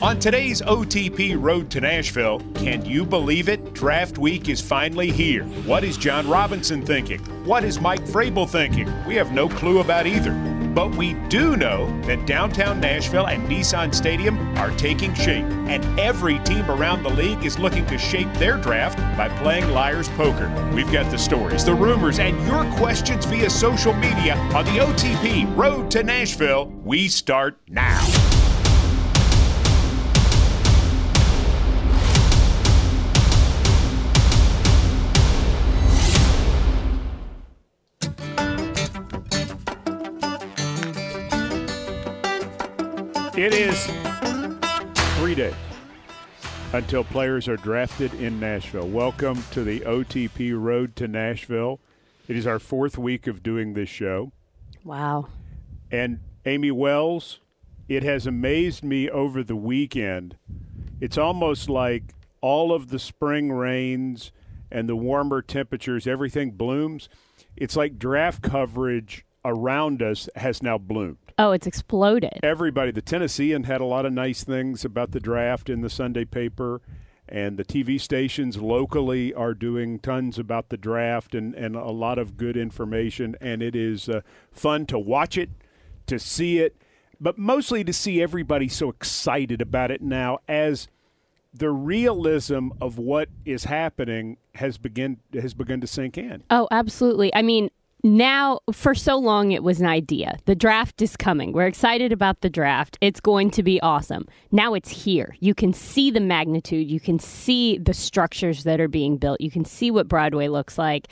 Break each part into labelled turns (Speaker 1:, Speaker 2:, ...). Speaker 1: On today's OTP Road to Nashville, can you believe it? Draft week is finally here. What is John Robinson thinking? What is Mike Frabel thinking? We have no clue about either. But we do know that downtown Nashville and Nissan Stadium are taking shape, and every team around the league is looking to shape their draft by playing liar's poker. We've got the stories, the rumors, and your questions via social media on the OTP Road to Nashville. We start now. It is three days until players are drafted in Nashville. Welcome to the OTP Road to Nashville. It is our fourth week of doing this show.
Speaker 2: Wow.
Speaker 1: And Amy Wells, it has amazed me over the weekend. It's almost like all of the spring rains and the warmer temperatures, everything blooms. It's like draft coverage around us has now bloomed
Speaker 2: Oh, it's exploded.
Speaker 1: everybody. The Tennessean had a lot of nice things about the draft in the Sunday paper, and the TV stations locally are doing tons about the draft and, and a lot of good information. And it is uh, fun to watch it, to see it, but mostly to see everybody so excited about it now as the realism of what is happening has begin has begun to sink in.
Speaker 2: Oh, absolutely. I mean, now for so long it was an idea. The draft is coming. We're excited about the draft. It's going to be awesome. Now it's here. You can see the magnitude. You can see the structures that are being built. You can see what Broadway looks like.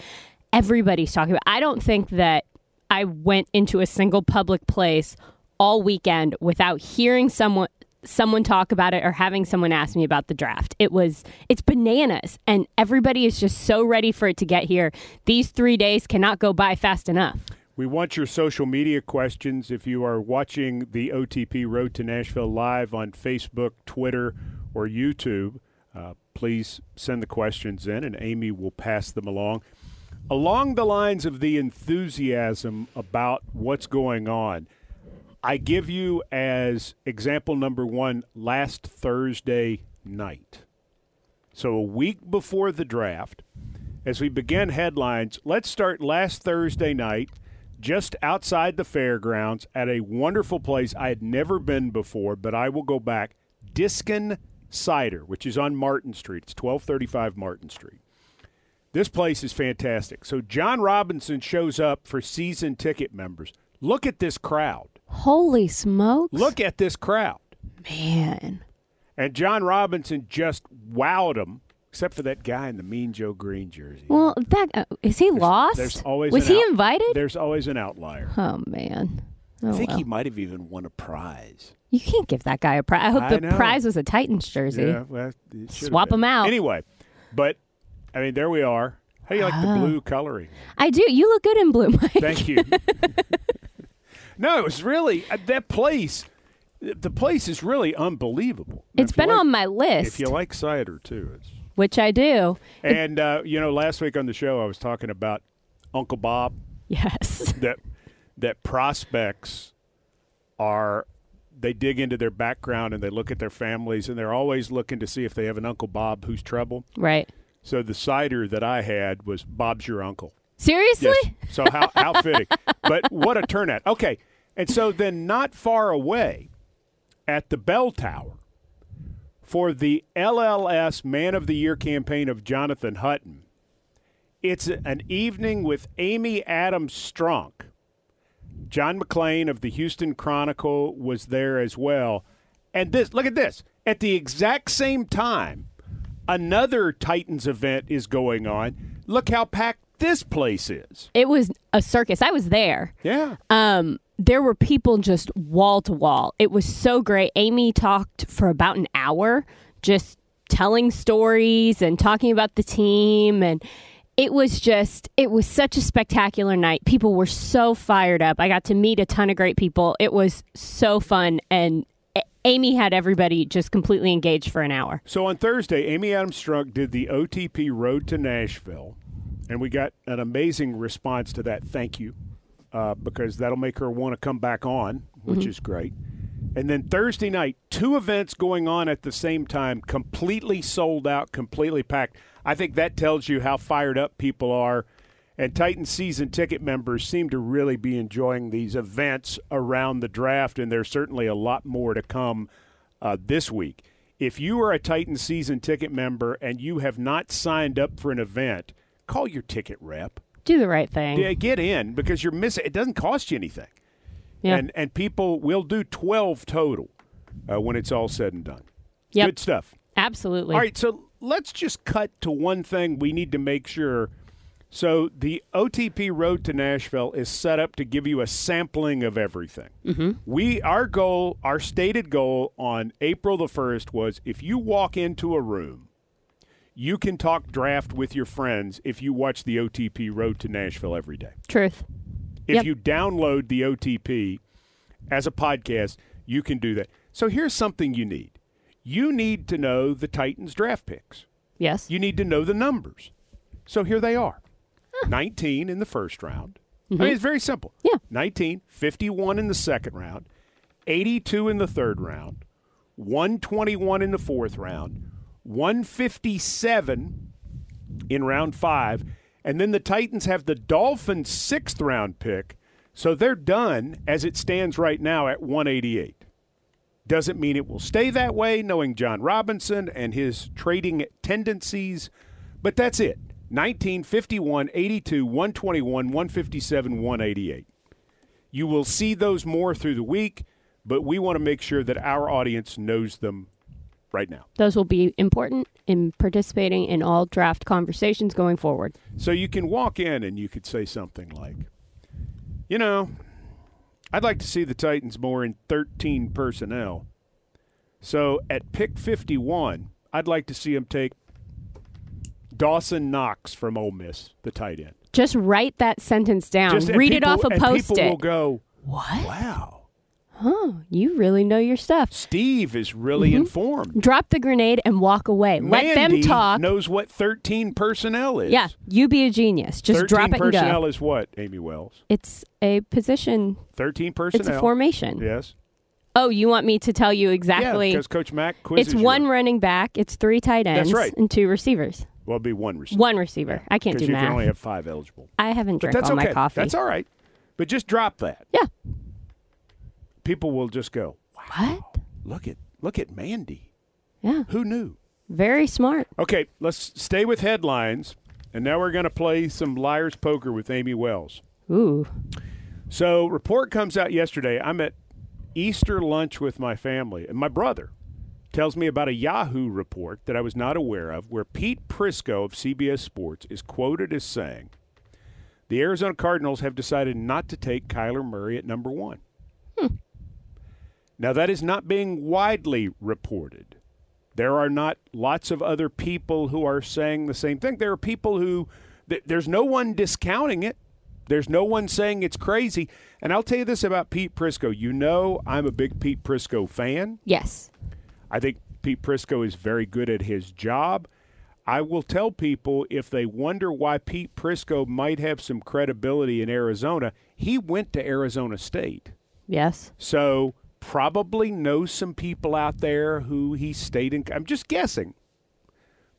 Speaker 2: Everybody's talking about. I don't think that I went into a single public place all weekend without hearing someone someone talk about it or having someone ask me about the draft. It was it's bananas and everybody is just so ready for it to get here. These 3 days cannot go by fast enough.
Speaker 1: We want your social media questions. If you are watching the OTP Road to Nashville live on Facebook, Twitter, or YouTube, uh, please send the questions in and Amy will pass them along. Along the lines of the enthusiasm about what's going on, I give you as example number one last Thursday night. So a week before the draft, as we begin headlines, let's start last Thursday night, just outside the fairgrounds at a wonderful place I had never been before, but I will go back. Diskin Cider, which is on Martin Street. It's 1235 Martin Street. This place is fantastic. So John Robinson shows up for season ticket members. Look at this crowd.
Speaker 2: Holy smokes.
Speaker 1: Look at this crowd.
Speaker 2: man.
Speaker 1: And John Robinson just wowed them, except for that guy in the Mean Joe Green jersey.
Speaker 2: Well, that uh, is he lost?
Speaker 1: There's always
Speaker 2: was
Speaker 1: an
Speaker 2: he
Speaker 1: out-
Speaker 2: invited?
Speaker 1: There's always an outlier.
Speaker 2: oh man. Oh,
Speaker 3: I think
Speaker 2: well.
Speaker 3: he might have even won a prize.
Speaker 2: You can't give that guy a prize. I hope
Speaker 1: I
Speaker 2: the
Speaker 1: know.
Speaker 2: prize was a Titans jersey.
Speaker 1: well, it should've
Speaker 2: Swap
Speaker 1: been.
Speaker 2: 'em out.
Speaker 1: Anyway, but I mean, there we are. How do you like
Speaker 2: Ah.
Speaker 1: the blue coloring?
Speaker 2: I do. You look good in blue, Mike.
Speaker 1: Thank you. no, it was really uh, that place. The place is really unbelievable. Now,
Speaker 2: It's
Speaker 1: if you
Speaker 2: been
Speaker 1: like-
Speaker 2: on my list,
Speaker 1: If you like cider too, it's
Speaker 2: which I do.
Speaker 1: and uh, you know, last week on the show, I was talking about Uncle Bob
Speaker 2: Yes.
Speaker 1: that that prospects are they dig into their background and they look at their families and they're always looking to see if they have an uncle Bob who's trouble.
Speaker 2: Right.
Speaker 1: So the cider that I had was Bob's your uncle.
Speaker 2: Seriously?
Speaker 1: So how how fitting. But what a turnout. Okay. And so then not far away at the bell tower for the LLS Man of the Year campaign of Jonathan Hutton. It's an evening with Amy Adams Strunk. John McLean of the Houston Chronicle was there as well. And this, look at this. At the exact same time, another Titans event is going on. Look how packed this place is.
Speaker 2: It was a circus. I was there.
Speaker 1: Yeah.
Speaker 2: Um, there were people just wall to wall. It was so great. Amy talked for about an hour, just telling stories and talking about the team and it was just it was such a spectacular night. People were so fired up. I got to meet a ton of great people. It was so fun and A- Amy had everybody just completely engaged for an hour.
Speaker 1: So on Thursday, Amy Adams Strunk did the OTP Road to Nashville, and we got an amazing response to that. Thank you, uh, because that'll make her want to come back on, which is great. And then Thursday night, two events going on at the same time, completely sold out, completely packed. I think that tells you how fired up people are. And Titan season ticket members seem to really be enjoying these events around the draft, and there's certainly a lot more to come uh, this week. If you are a Titan season ticket member and you have not signed up for an event, call your ticket rep.
Speaker 2: Do the right thing.
Speaker 1: Yeah, get in because you're missing. It doesn't cost you anything,
Speaker 2: Yeah.
Speaker 1: and and people will do twelve total uh, when it's all said and done.
Speaker 2: Yep.
Speaker 1: Good stuff.
Speaker 2: Absolutely.
Speaker 1: All right, so let's just cut to one thing we need to make sure. So the OTP Road to Nashville is set up to give you a sampling of everything. We our goal, our stated goal on April the first was if you walk into a room, you can talk draft with your friends if you watch the OTP Road to Nashville every day.
Speaker 2: Truth.
Speaker 1: If
Speaker 2: Yep.
Speaker 1: you download the OTP as a podcast, you can do that. So here's something you need. You need to know the Titans draft picks.
Speaker 2: Yes.
Speaker 1: You need to know the numbers. So here they are. 19 in the first round. I mean, it's very simple.
Speaker 2: Yeah.
Speaker 1: 19, 51 in the second round, 82 in the third round, 121 in the fourth round, 157 in round five. And then the Titans have the Dolphins' sixth round pick. So they're done as it stands right now at 188. Doesn't mean it will stay that way, knowing John Robinson and his trading tendencies. But that's it 19, 51, 82, 121, 157, 188. You will see those more through the week, but we want to make sure that our audience knows them right now.
Speaker 2: Those will be important in participating in all draft conversations going forward.
Speaker 1: So you can walk in and you could say something like, you know, I'd like to see the Titans more in 13 personnel. So at pick 51, I'd like to see them take Dawson Knox from Ole Miss, the tight end.
Speaker 2: Just write that sentence down.
Speaker 1: and
Speaker 2: Um, Read it
Speaker 1: people-
Speaker 2: off a
Speaker 1: and
Speaker 2: post
Speaker 1: People will
Speaker 2: it.
Speaker 1: go,
Speaker 3: Wow.
Speaker 2: huh, you really know your stuff.
Speaker 1: Steve is really
Speaker 2: Mm-hmm.
Speaker 1: informed.
Speaker 2: Drop the grenade and walk away. Let them
Speaker 1: Mandy
Speaker 2: talk.
Speaker 1: knows what 13 personnel is.
Speaker 2: yeah, you be a genius. Just
Speaker 1: 13
Speaker 2: drop it and
Speaker 1: personnel
Speaker 2: go.
Speaker 1: is what, Amy Wells?
Speaker 2: It's a position.
Speaker 1: 13
Speaker 2: It's
Speaker 1: personnel.
Speaker 2: a formation.
Speaker 1: Yes.
Speaker 2: Oh, you want me to tell you exactly?
Speaker 1: Yeah, because Coach Mack quizzes
Speaker 2: it's
Speaker 1: you.
Speaker 2: one running back. It's three tight ends
Speaker 1: right.
Speaker 2: and two receivers.
Speaker 1: Well, it'd be one receiver.
Speaker 2: One receiver. I can't
Speaker 1: Because you
Speaker 2: do math.
Speaker 1: can only have five eligible.
Speaker 2: I haven't
Speaker 1: But
Speaker 2: drank
Speaker 1: that's
Speaker 2: all
Speaker 1: okay.
Speaker 2: my coffee.
Speaker 1: That's all right. But just drop that.
Speaker 2: Yeah.
Speaker 1: People will just go, wow,
Speaker 2: What?
Speaker 3: Look at look at Mandy.
Speaker 2: Yeah.
Speaker 1: who knew?
Speaker 2: Very smart.
Speaker 1: Okay, let's stay with headlines. And now we're going to play some liar's poker with Amy Wells.
Speaker 2: Ooh.
Speaker 1: So, report comes out yesterday. I'm at Easter lunch with my family, and my brother tells me about a Yahoo report that I was not aware of where Pete Prisco of CBS Sports is quoted as saying, The Arizona Cardinals have decided not to take Kyler Murray at number one. Now, that is not being widely reported. There are not lots of other people who are saying the same thing. There are people who, th- there's no one discounting it. There's no one saying it's crazy. And I'll tell you this about Pete Prisco. You know, I'm a big Pete Prisco fan.
Speaker 2: Yes.
Speaker 1: I think Pete Prisco is very good at his job. I will tell people if they wonder why Pete Prisco might have some credibility in Arizona, he went to Arizona State.
Speaker 2: Yes.
Speaker 1: So probably knows some people out there who he stayed in. I'm just guessing,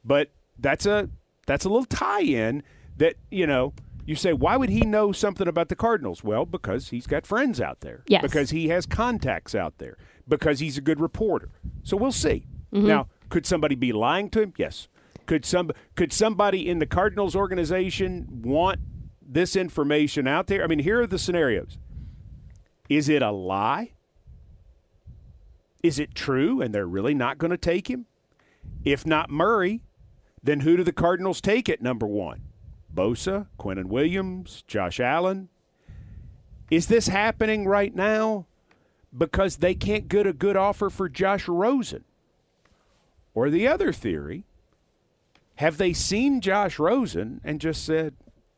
Speaker 1: but that's a that's a little tie-in that you know. You say, why would he know something about the Cardinals? Well, because he's got friends out there.
Speaker 2: Yes.
Speaker 1: Because he has contacts out there. Because he's a good reporter. So we'll see. Now, could somebody be lying to him? Yes. Could some could somebody in the Cardinals organization want this information out there? I mean, here are the scenarios. Is it a lie? Is it true and they're really not going to take him? If not Murray, then who do the Cardinals take at number one? Bosa, Quinnen Williams, Josh Allen? Is this happening right now because they can't get a good offer for Josh Rosen? Or the other theory, have they seen Josh Rosen and just said,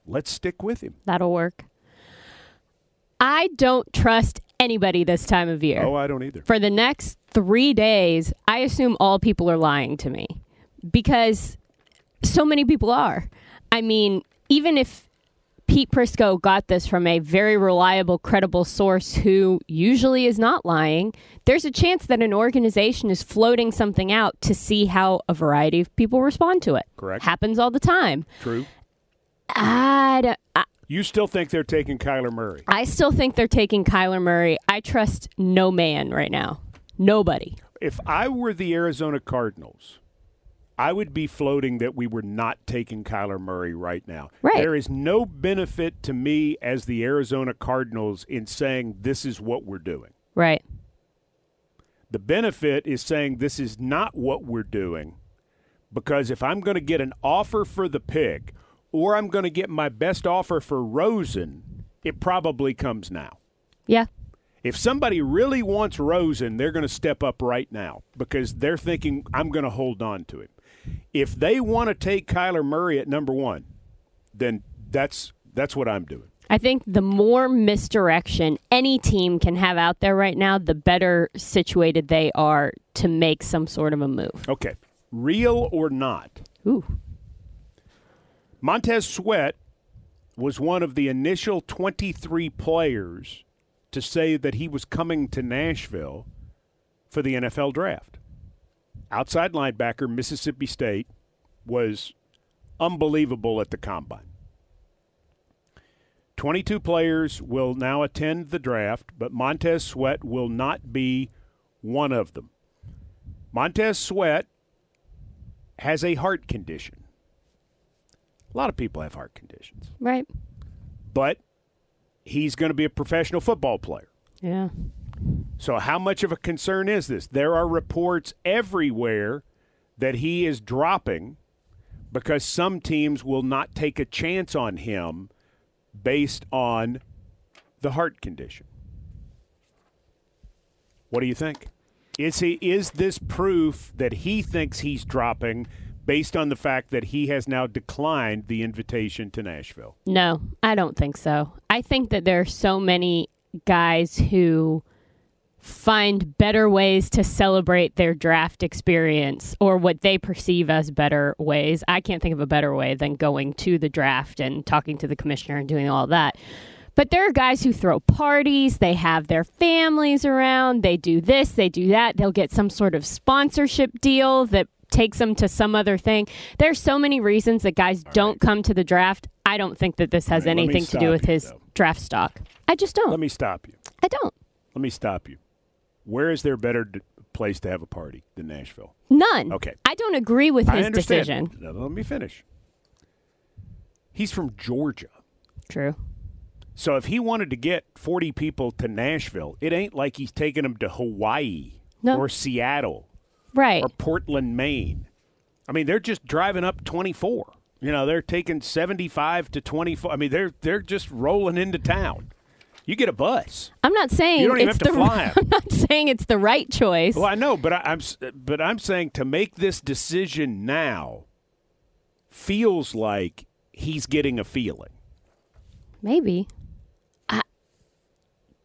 Speaker 1: let's stick with him?
Speaker 2: That'll work. I don't trust anybody this time of year.
Speaker 1: Oh, I don't either.
Speaker 2: For the next three days, I assume all people are lying to me because so many people are. I mean, even if Pete Prisco got this from a very reliable, credible source who usually is not lying. There's a chance that an organization is floating something out to see how a variety of people respond to it.
Speaker 1: Correct.
Speaker 2: Happens all the time.
Speaker 1: True.
Speaker 2: I, d- I-
Speaker 1: You still think they're taking Kyler Murray?
Speaker 2: I still think they're taking Kyler Murray. I trust no man right now. Nobody.
Speaker 1: If I were the Arizona Cardinals, I would be floating that we were not taking Kyler Murray right now.
Speaker 2: Right.
Speaker 1: There is no benefit to me as the Arizona Cardinals in saying this is what we're doing.
Speaker 2: Right.
Speaker 1: The benefit is saying this is not what we're doing because if I'm going to get an offer for the pick or I'm going to get my best offer for Rosen, it probably comes now.
Speaker 2: Yeah.
Speaker 1: If somebody really wants Rosen, they're going to step up right now because they're thinking, I'm going to hold on to him. If they want to take Kyler Murray at number one, then that's that's what I'm doing.
Speaker 2: I think the more misdirection any team can have out there right now, the better situated they are to make some sort of a move.
Speaker 1: Okay. Real or not,
Speaker 2: Ooh.
Speaker 1: Montez Sweat was one of the initial 23 players to say that he was coming to Nashville for the NFL draft. Outside linebacker, Mississippi State, was unbelievable at the combine. 22 players will now attend the draft, but Montez Sweat will not be one of them. Montez Sweat has a heart condition. A lot of people have heart conditions,
Speaker 2: Right.
Speaker 1: but he's going to be a professional football player.
Speaker 2: Yeah.
Speaker 1: So, how much of a concern is this? There are reports everywhere that he is dropping because some teams will not take a chance on him based on the heart condition. What do you think? Is he is this proof that he thinks he's dropping based on the fact that he has now declined the invitation to Nashville?
Speaker 2: No, I don't think so. I think that there are so many guys who find better ways to celebrate their draft experience or what they perceive as better ways. I can't think of a better way than going to the draft and talking to the commissioner and doing all that. But there are guys who throw parties, they have their families around, they do this, they do that, they'll get some sort of sponsorship deal that takes them to some other thing. There's so many reasons that guys don't come to the draft. I don't think that this has
Speaker 1: All right, let me
Speaker 2: anything to
Speaker 1: stop
Speaker 2: do with
Speaker 1: you,
Speaker 2: his
Speaker 1: though.
Speaker 2: draft stock. I just don't.
Speaker 1: Let me stop you.
Speaker 2: I don't.
Speaker 1: Let me stop you. Where is there better d- place to have a party than Nashville?
Speaker 2: None.
Speaker 1: Okay.
Speaker 2: I don't agree with
Speaker 1: I
Speaker 2: his
Speaker 1: understand.
Speaker 2: decision.
Speaker 1: No, Let me finish. He's from Georgia.
Speaker 2: True.
Speaker 1: So if he wanted to get 40 people to Nashville, it ain't like he's taking them to Hawaii
Speaker 2: No.
Speaker 1: or Seattle
Speaker 2: Right.
Speaker 1: or Portland, Maine. I mean, they're just driving up 24. You know, they're taking 75 to 24. I mean, they're they're just rolling into town. You get a bus.
Speaker 2: I'm not saying
Speaker 1: You don't even
Speaker 2: it's
Speaker 1: have to
Speaker 2: the
Speaker 1: fly 'em.
Speaker 2: I'm not saying it's the right choice.
Speaker 1: Well, I know, but I, I'm s- but I'm saying to make this decision now feels like he's getting a feeling.
Speaker 2: Maybe. I,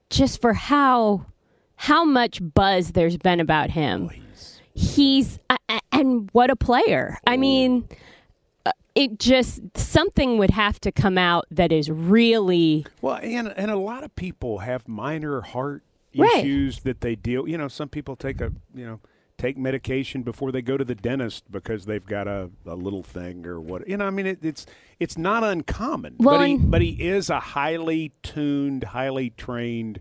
Speaker 2: just for how how much buzz there's been about him. He's I- I- and what a player.
Speaker 1: Oh.
Speaker 2: I mean, uh, it just something would have to come out that is really
Speaker 1: Well, and and a lot of people have minor heart
Speaker 2: Right.
Speaker 1: issues that they deal. You know, some people take a you know take medication before they go to the dentist because they've got a, a little thing or what. You know, I mean, it, it's it's not uncommon.
Speaker 2: Well,
Speaker 1: but he,
Speaker 2: and-
Speaker 1: but he is a highly tuned, highly trained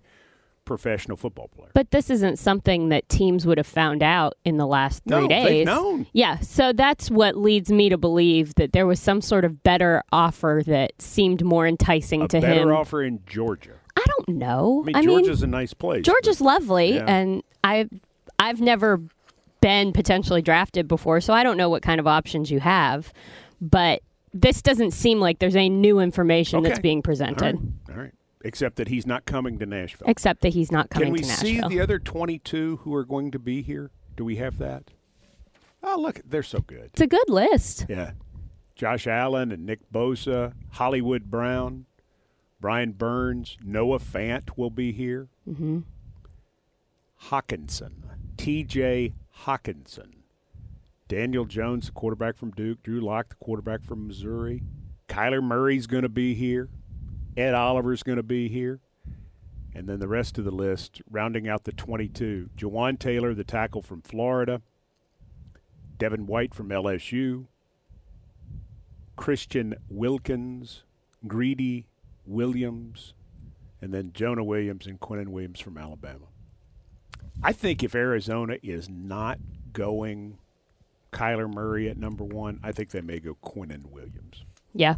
Speaker 1: professional football player.
Speaker 2: But this isn't something that teams would have found out in the last three
Speaker 1: No, they've
Speaker 2: days.
Speaker 1: known.
Speaker 2: Yeah, so that's what leads me to believe that there was some sort of better offer that seemed more enticing
Speaker 1: A
Speaker 2: to
Speaker 1: better
Speaker 2: him.
Speaker 1: offer in Georgia.
Speaker 2: I don't know.
Speaker 1: I mean, Georgia's a nice place.
Speaker 2: Georgia's lovely,
Speaker 1: Yeah.
Speaker 2: and I, I've never been potentially drafted before, so I don't know what kind of options you have. But this doesn't seem like there's any new information that's
Speaker 1: Okay.
Speaker 2: being
Speaker 1: All right.
Speaker 2: presented,
Speaker 1: All right. Except that he's not coming to Nashville.
Speaker 2: except that he's not coming
Speaker 1: Can we
Speaker 2: to
Speaker 1: see
Speaker 2: Nashville.
Speaker 1: the other 22 who are going to be here? Do we have that? Oh, look, they're so good.
Speaker 2: it's a good list.
Speaker 1: Yeah. Josh Allen and Nick Bosa, Hollywood Brown, Brian Burns, Noah Fant will be here. Mm-hmm. Hawkinson, TJ Hawkinson, Daniel Jones, the quarterback from Duke, Drew Locke, the quarterback from Missouri. Kyler Murray's going to be here. Ed Oliver's going to be here. And then the rest of the list, rounding out the 22, Jawan Taylor, the tackle from Florida, Devin White from LSU, Christian Wilkins, Greedy Williams, and then Jonah Williams and Quinnen Williams from Alabama. I think if Arizona is not going Kyler Murray at number one, I think they may go Quinnen Williams.
Speaker 2: Yeah,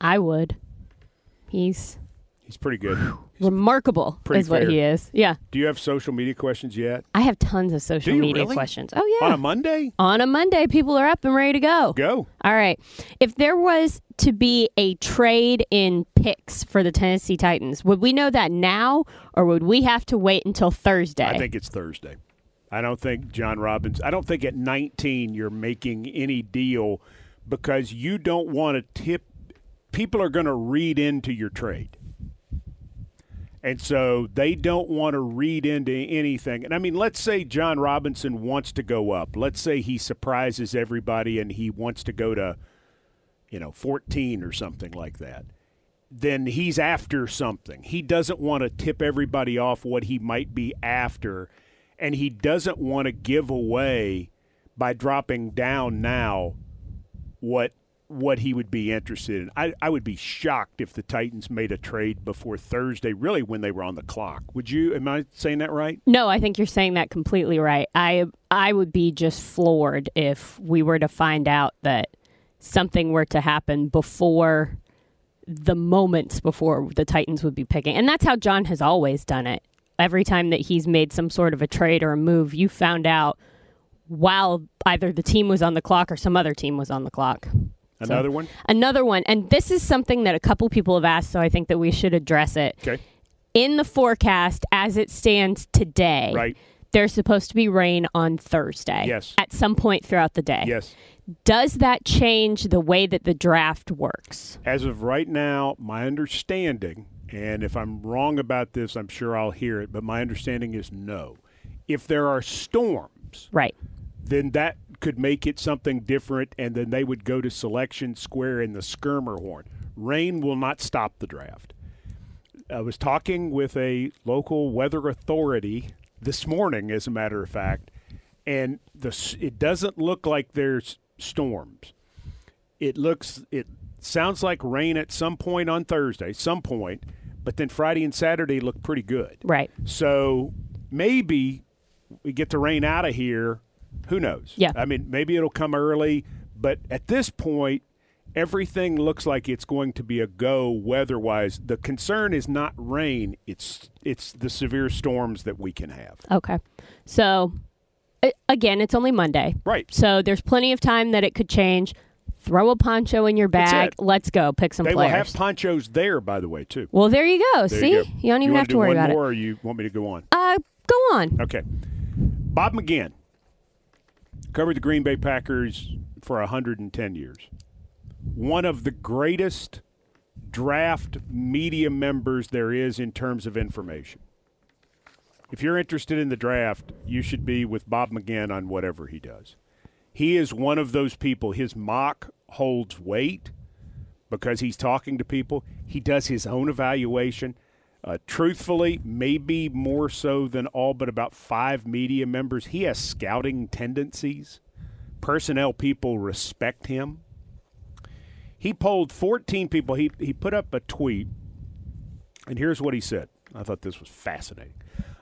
Speaker 2: I would. He's
Speaker 1: He's pretty good.
Speaker 2: remarkable,
Speaker 1: pretty
Speaker 2: is what
Speaker 1: fair.
Speaker 2: he is. Yeah,
Speaker 1: Do you have social media questions yet?
Speaker 2: I have tons of social
Speaker 1: Do you
Speaker 2: media
Speaker 1: really?
Speaker 2: questions. Oh yeah,
Speaker 1: On a Monday?
Speaker 2: on a Monday, people are up and ready to go.
Speaker 1: Go.
Speaker 2: All right. If there was to be a trade in picks for the Tennessee Titans, would we know that now or would we have to wait until Thursday?
Speaker 1: I think it's Thursday. I don't think John Robbins. I don't think at 19 you're making any deal because you don't want to tip. People are going to read into your trade. And so they don't want to read into anything. And I mean, let's say John Robinson wants to go up. Let's say he surprises everybody and he wants to go to, you know, 14 or something like that then he's after something. He doesn't want to tip everybody off what he might be after, and he doesn't want to give away by dropping down now what what he would be interested in. I, I would be shocked if the Titans made a trade before Thursday, really when they were on the clock. Would you am I saying that right?
Speaker 2: no, I think you're saying that completely right. I I would be just floored if we were to find out that something were to happen before the moments before the Titans would be picking. And that's how John has always done it. Every time that he's made some sort of a trade or a move, you found out while either the team was on the clock or some other team was on the clock.
Speaker 1: Another one?
Speaker 2: Another one, and this is something that a couple people have asked, so I think that we should address it.
Speaker 1: Okay.
Speaker 2: In the forecast as it stands today,
Speaker 1: Right.
Speaker 2: there's supposed to be rain on Thursday.
Speaker 1: Yes.
Speaker 2: At some point throughout the day.
Speaker 1: Yes.
Speaker 2: Does that change the way that the draft works?
Speaker 1: As of right now, my understanding, and if I'm wrong about this, I'm sure I'll hear it, but my understanding is no. If there are storms,
Speaker 2: Right.
Speaker 1: then that could make it something different, and then they would go to selection square in the Skirmerhorn. Rain will not stop the draft. I was talking with a local weather authority this morning, as a matter of fact, and the s- it doesn't look like there's storms. It looks it sounds like rain at some point on Thursday, some point, but then Friday and Saturday look pretty good.
Speaker 2: Right.
Speaker 1: So maybe we get the rain out of here. Who knows?
Speaker 2: Yeah.
Speaker 1: I mean, maybe it'll come early, but at this point, everything looks like it's going to be a go weather-wise. The concern is not rain; it's it's the severe storms that we can have.
Speaker 2: Okay. So a- again, it's only Monday.
Speaker 1: Right.
Speaker 2: So there's plenty of time that it could change. Throw a poncho in your
Speaker 1: That's
Speaker 2: bag.
Speaker 1: it.
Speaker 2: Let's go pick some
Speaker 1: They will
Speaker 2: players.
Speaker 1: have ponchos there, by the way, too.
Speaker 2: well, there you go.
Speaker 1: There
Speaker 2: See?
Speaker 1: you, go.
Speaker 2: don't even
Speaker 1: wanna
Speaker 2: have to
Speaker 1: do
Speaker 2: worry
Speaker 1: one
Speaker 2: about
Speaker 1: more,
Speaker 2: it.
Speaker 1: Or you want me to go on?
Speaker 2: Uh, go on.
Speaker 1: Okay. Bob McGinn covered the Green Bay Packers for 110 years. One of the greatest draft media members there is in terms of information. If you're interested in the draft, you should be with Bob McGinn on whatever he does. He is one of those people. His mock holds weight because he's talking to people. He does his own evaluation. Uh, truthfully, maybe more so than all but about five media members, he has scouting tendencies. Personnel people respect him. He polled 14 people. He, he put up a tweet, and here's what he said. I thought this was fascinating.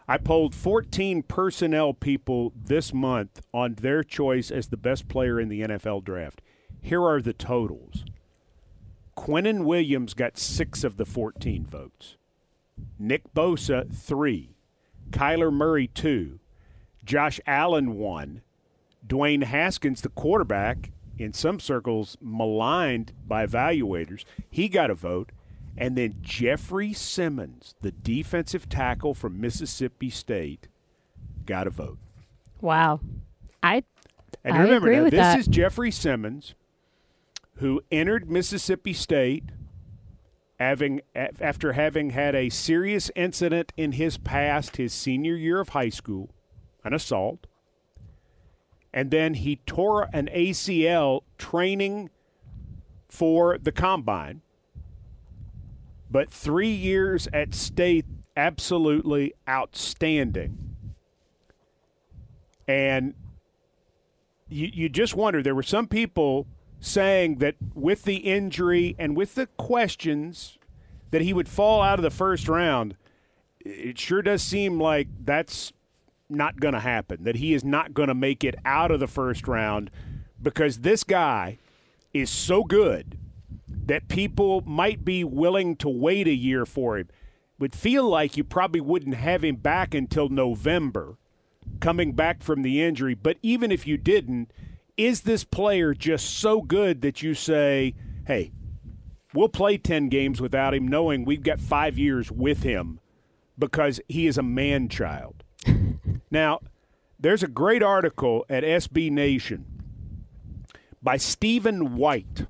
Speaker 1: I polled 14 personnel people this month on their choice as the best player in the NFL draft. Here are the totals. Quinnen Williams got six of the 14 votes. Nick Bosa, three. Kyler Murray, two. Josh Allen, one. Dwayne Haskins, the quarterback, in some circles maligned by evaluators, he got a vote. And then Jeffrey Simmons, the defensive tackle from Mississippi State, got a vote.
Speaker 2: Wow. I
Speaker 1: And
Speaker 2: I
Speaker 1: remember,
Speaker 2: agree
Speaker 1: now,
Speaker 2: with
Speaker 1: this
Speaker 2: that.
Speaker 1: is Jeffrey Simmons, who entered Mississippi State having a- after having had a serious incident in his past, his senior year of high school, an assault, and then he tore an ACL training for the combine. But three years at state, absolutely outstanding. And you, you just wonder there were some people saying that with the injury and with the questions that he would fall out of the first round it sure does seem like that's not going to happen that he is not going to make it out of the first round because this guy is so good that people might be willing to wait a year for him would feel like you probably wouldn't have him back until November coming back from the injury. But even if you didn't, is this player just so good that you say, hey, we'll play 10 games without him, knowing we've got five years with him because he is a man child? now, there's a great article at SB Nation by Stephen White.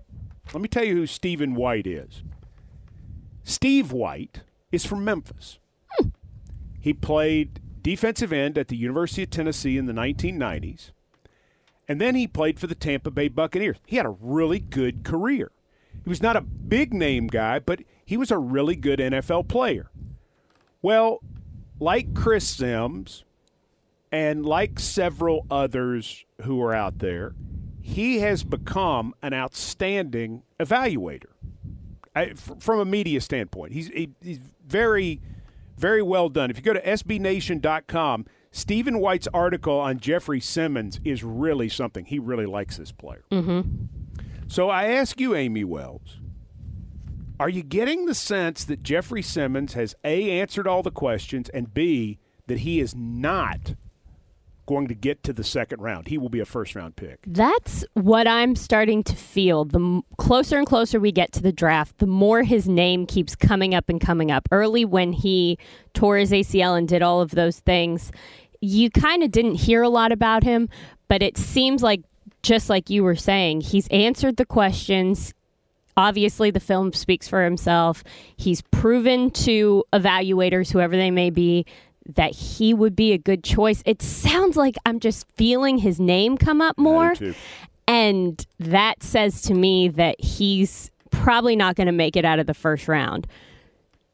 Speaker 1: Let me tell you who Stephen White is. Steve White is from Memphis. He played defensive end at the University of Tennessee in the 1990s, and then he played for the Tampa Bay Buccaneers. He had a really good career. He was not a big name guy, but he was a really good NFL player. Well, like Chris Sims and like several others who are out there, he has become an outstanding evaluator I, f- from a media standpoint. He's, he, he's very, very well done. If you go to SBNation.com, Stephen White's article on Jeffrey Simmons is really something. He really likes this player. So I ask you, Amy Wells, are you getting the sense that Jeffrey Simmons has A, answered all the questions, and B, that he is not going to get to the second round? He will be a first round pick.
Speaker 2: That's what I'm starting to feel. The m- closer and closer we get to the draft, the more his name keeps coming up and coming up. Early when he tore his ACL and did all of those things, you kind of didn't hear a lot about him, but it seems like, just like you were saying, he's answered the questions. Obviously, the film speaks for himself. He's proven to evaluators, whoever they may be, that he would be a good choice. It sounds like I'm just feeling his name come up more.
Speaker 1: too.
Speaker 2: And that says to me that he's probably not going to make it out of the first round.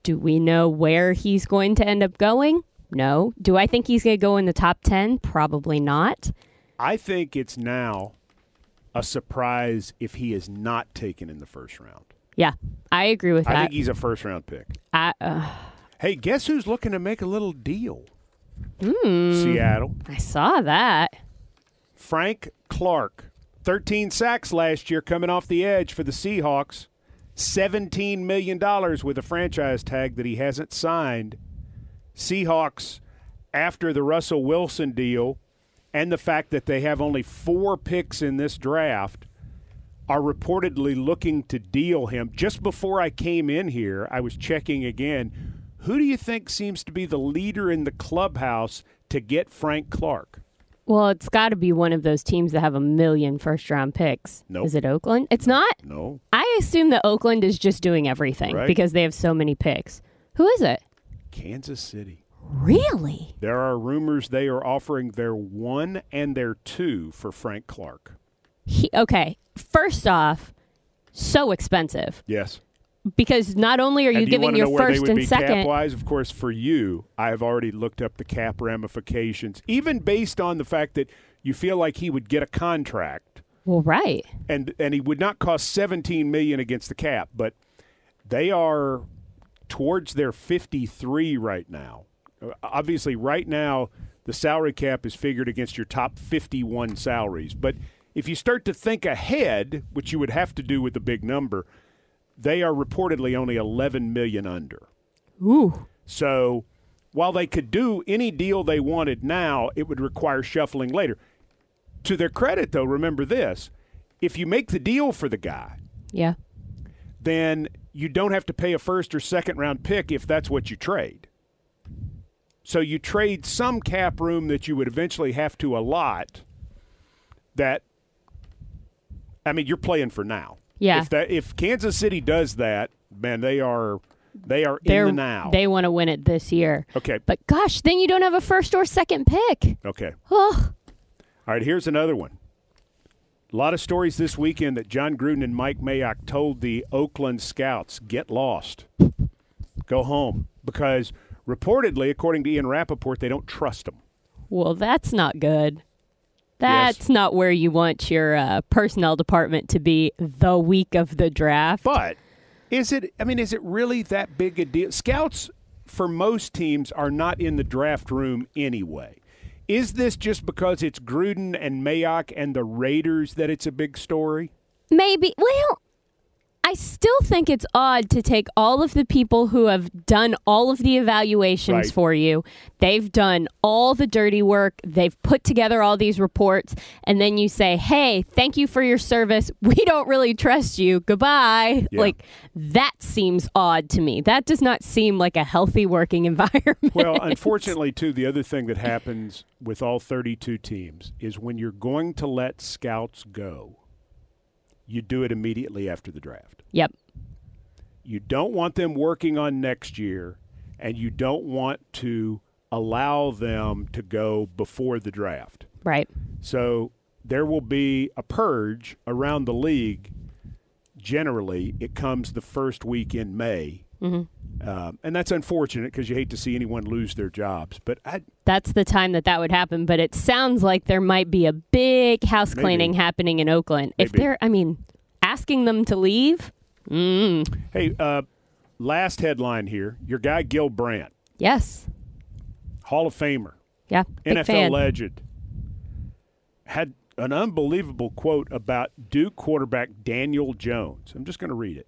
Speaker 2: Do we know where he's going to end up going? No. Do I think he's going to go in the top 10? Probably not.
Speaker 1: I think it's now a surprise if he is not taken in the first round.
Speaker 2: Yeah, I agree with
Speaker 1: I
Speaker 2: that.
Speaker 1: think he's a first round pick.
Speaker 2: I, uh,
Speaker 1: Hey, guess who's looking to make a little deal?
Speaker 2: Hmm.
Speaker 1: Seattle.
Speaker 2: I saw that.
Speaker 1: Frank Clark. 13 sacks last year coming off the edge for the Seahawks. $17 million with a franchise tag that he hasn't signed. Seahawks, after the Russell Wilson deal and the fact that they have only four picks in this draft, are reportedly looking to deal him. Just before I came in here, I was checking again. Who do you think seems to be the leader in the clubhouse to get Frank Clark?
Speaker 2: Well, it's got to be one of those teams that have a million first round picks.
Speaker 1: Nope.
Speaker 2: Is it Oakland? It's not.
Speaker 1: No,
Speaker 2: I assume that Oakland is just doing everything
Speaker 1: Right.
Speaker 2: because they have so many picks. Who is it?
Speaker 1: Kansas City.
Speaker 2: Really?
Speaker 1: There are rumors they are offering their one and their two for Frank Clark.
Speaker 2: He, okay. First off, so expensive
Speaker 1: Yes.
Speaker 2: because not only are you
Speaker 1: and do you
Speaker 2: giving
Speaker 1: want to know
Speaker 2: your
Speaker 1: where they
Speaker 2: first
Speaker 1: would be
Speaker 2: and second,
Speaker 1: cap wise? Of course, for you, I have already looked up the cap ramifications, even based on the fact that you feel like he would get a contract
Speaker 2: well, right?
Speaker 1: and and he would not cost seventeen million against the cap, but they are towards their fifty three right now. Uh, Obviously, right now the salary cap is figured against your top fifty one salaries, but if you start to think ahead, which you would have to do with a big number, they are reportedly only eleven million under.
Speaker 2: Ooh,
Speaker 1: So while they could do any deal they wanted now, it would require shuffling later. To their credit, though, remember this if you make the deal for the guy,
Speaker 2: yeah,
Speaker 1: then you don't have to pay a first or second round pick if that's what you trade. So you trade some cap room that you would eventually have to allot that I mean you're playing for now.
Speaker 2: Yeah.
Speaker 1: If that if Kansas City does that, man, they are they are
Speaker 2: they're
Speaker 1: in the now.
Speaker 2: they want to win it this year.
Speaker 1: okay.
Speaker 2: But gosh, then you don't have a first or second pick.
Speaker 1: Okay.
Speaker 2: Oh,
Speaker 1: All right, here's another one. A lot of stories this weekend that John Gruden and Mike Mayock told the Oakland scouts get lost. Go home. Because reportedly, according to Ian Rappaport, they don't trust him.
Speaker 2: Well, that's not good. That's not where you want your uh, personnel department to be the week of the draft.
Speaker 1: But is it? I mean, is it really that big a deal? Scouts for most teams are not in the draft room anyway. Is this just because it's Gruden and Mayock and the Raiders that it's a big story?
Speaker 2: Maybe. Well, I still think it's odd to take all of the people who have done all of the evaluations
Speaker 1: Right.
Speaker 2: for you. They've done all the dirty work. They've put together all these reports. And then you say, hey, thank you for your service. We don't really trust you. Goodbye.
Speaker 1: Yeah.
Speaker 2: Like, that seems odd to me. That does not seem like a healthy working environment.
Speaker 1: Well, unfortunately, too, the other thing that happens with all 32 teams is when you're going to let scouts go, you do it immediately after the draft.
Speaker 2: yep.
Speaker 1: You don't want them working on next year, and you don't want to allow them to go before the draft.
Speaker 2: Right.
Speaker 1: So there will be a purge around the league. Generally, it comes the first week in May. Um, and that's unfortunate because you hate to see anyone lose their jobs. But I,
Speaker 2: That's the time that that would happen. But it sounds like there might be a big house cleaning happening in Oakland. If
Speaker 1: Maybe.
Speaker 2: they're, I mean, asking them to leave.
Speaker 1: hey, uh, last headline here your guy, Gil Brandt,
Speaker 2: Yes.
Speaker 1: Hall of Famer,
Speaker 2: Yeah. Big
Speaker 1: NFL
Speaker 2: fan.
Speaker 1: legend, had an unbelievable quote about Duke quarterback Daniel Jones. I'm just going to read it.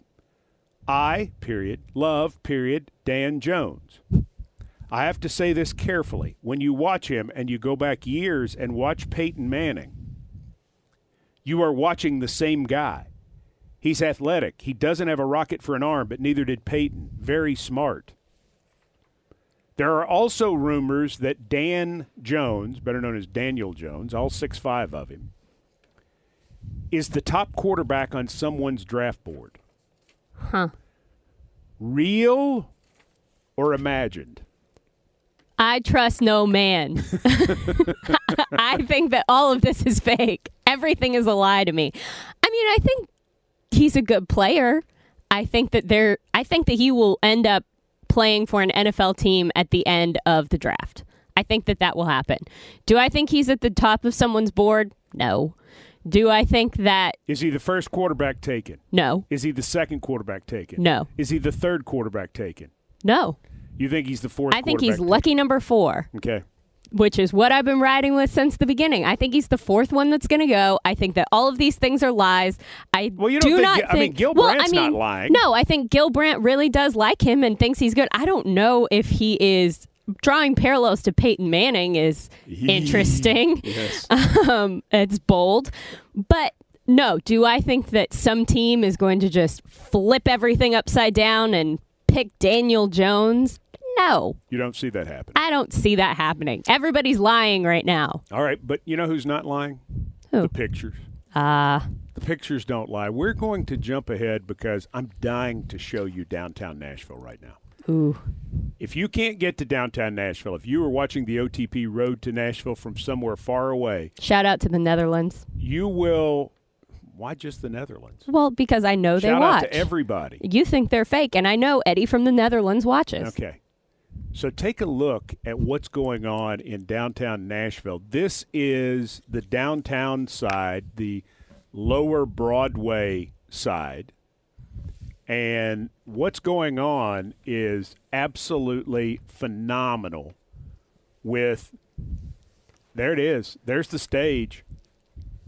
Speaker 1: I, period, love, period, Dan Jones. I have to say this carefully. When you watch him and you go back years and watch Peyton Manning, you are watching the same guy. He's athletic. He doesn't have a rocket for an arm, but neither did Peyton. Very smart. There are also rumors that Dan Jones, better known as Daniel Jones, all six five of him, is the top quarterback on someone's draft board.
Speaker 2: Huh.
Speaker 1: Real or imagined?
Speaker 2: I trust no man. I think that all of this is fake. Everything is a lie to me. I mean, I think he's a good player. I think that there I think that he will end up playing for an NFL team at the end of the draft. I think that that will happen. Do I think he's at the top of someone's board? No. Do I think that
Speaker 1: Is he the first quarterback taken?
Speaker 2: no.
Speaker 1: Is he the second quarterback taken?
Speaker 2: No.
Speaker 1: Is he the third quarterback taken?
Speaker 2: No.
Speaker 1: You think he's the fourth?
Speaker 2: I think he's
Speaker 1: quarterback
Speaker 2: lucky number 4.
Speaker 1: taken? Okay.
Speaker 2: which is what I've been riding with since the beginning. I think he's the fourth one that's going to go. I think that all of these things are lies. I
Speaker 1: Well, you don't
Speaker 2: do
Speaker 1: think
Speaker 2: not
Speaker 1: Gil- I
Speaker 2: think.
Speaker 1: mean, Gil
Speaker 2: well,
Speaker 1: Brandt's
Speaker 2: I mean,
Speaker 1: not lying.
Speaker 2: No, I think Gil Brandt really does like him and thinks he's good. I don't know if he is drawing parallels to Peyton Manning is interesting.
Speaker 1: Yes.
Speaker 2: Um, it's bold, but. No, do I think that some team is going to just flip everything upside down and pick Daniel Jones? No.
Speaker 1: you don't see that happen.
Speaker 2: I don't see that happening. Everybody's lying right now.
Speaker 1: All right, but you know who's not lying?
Speaker 2: Who?
Speaker 1: The pictures.
Speaker 2: Uh,
Speaker 1: The pictures don't lie. We're going to jump ahead because I'm dying to show you downtown Nashville right now.
Speaker 2: ooh.
Speaker 1: If you can't get to downtown Nashville, if you are watching the OTP Road to Nashville from somewhere far away,
Speaker 2: Shout out to the Netherlands.
Speaker 1: you will. Why just the Netherlands?
Speaker 2: Well, because I know they
Speaker 1: Shout
Speaker 2: watch.
Speaker 1: out to everybody.
Speaker 2: you think they're fake, and I know Eddie from the Netherlands watches.
Speaker 1: Okay. So take a look at what's going on in downtown Nashville. This is the downtown side, the lower Broadway side. And what's going on is absolutely phenomenal with there it is. There's the stage.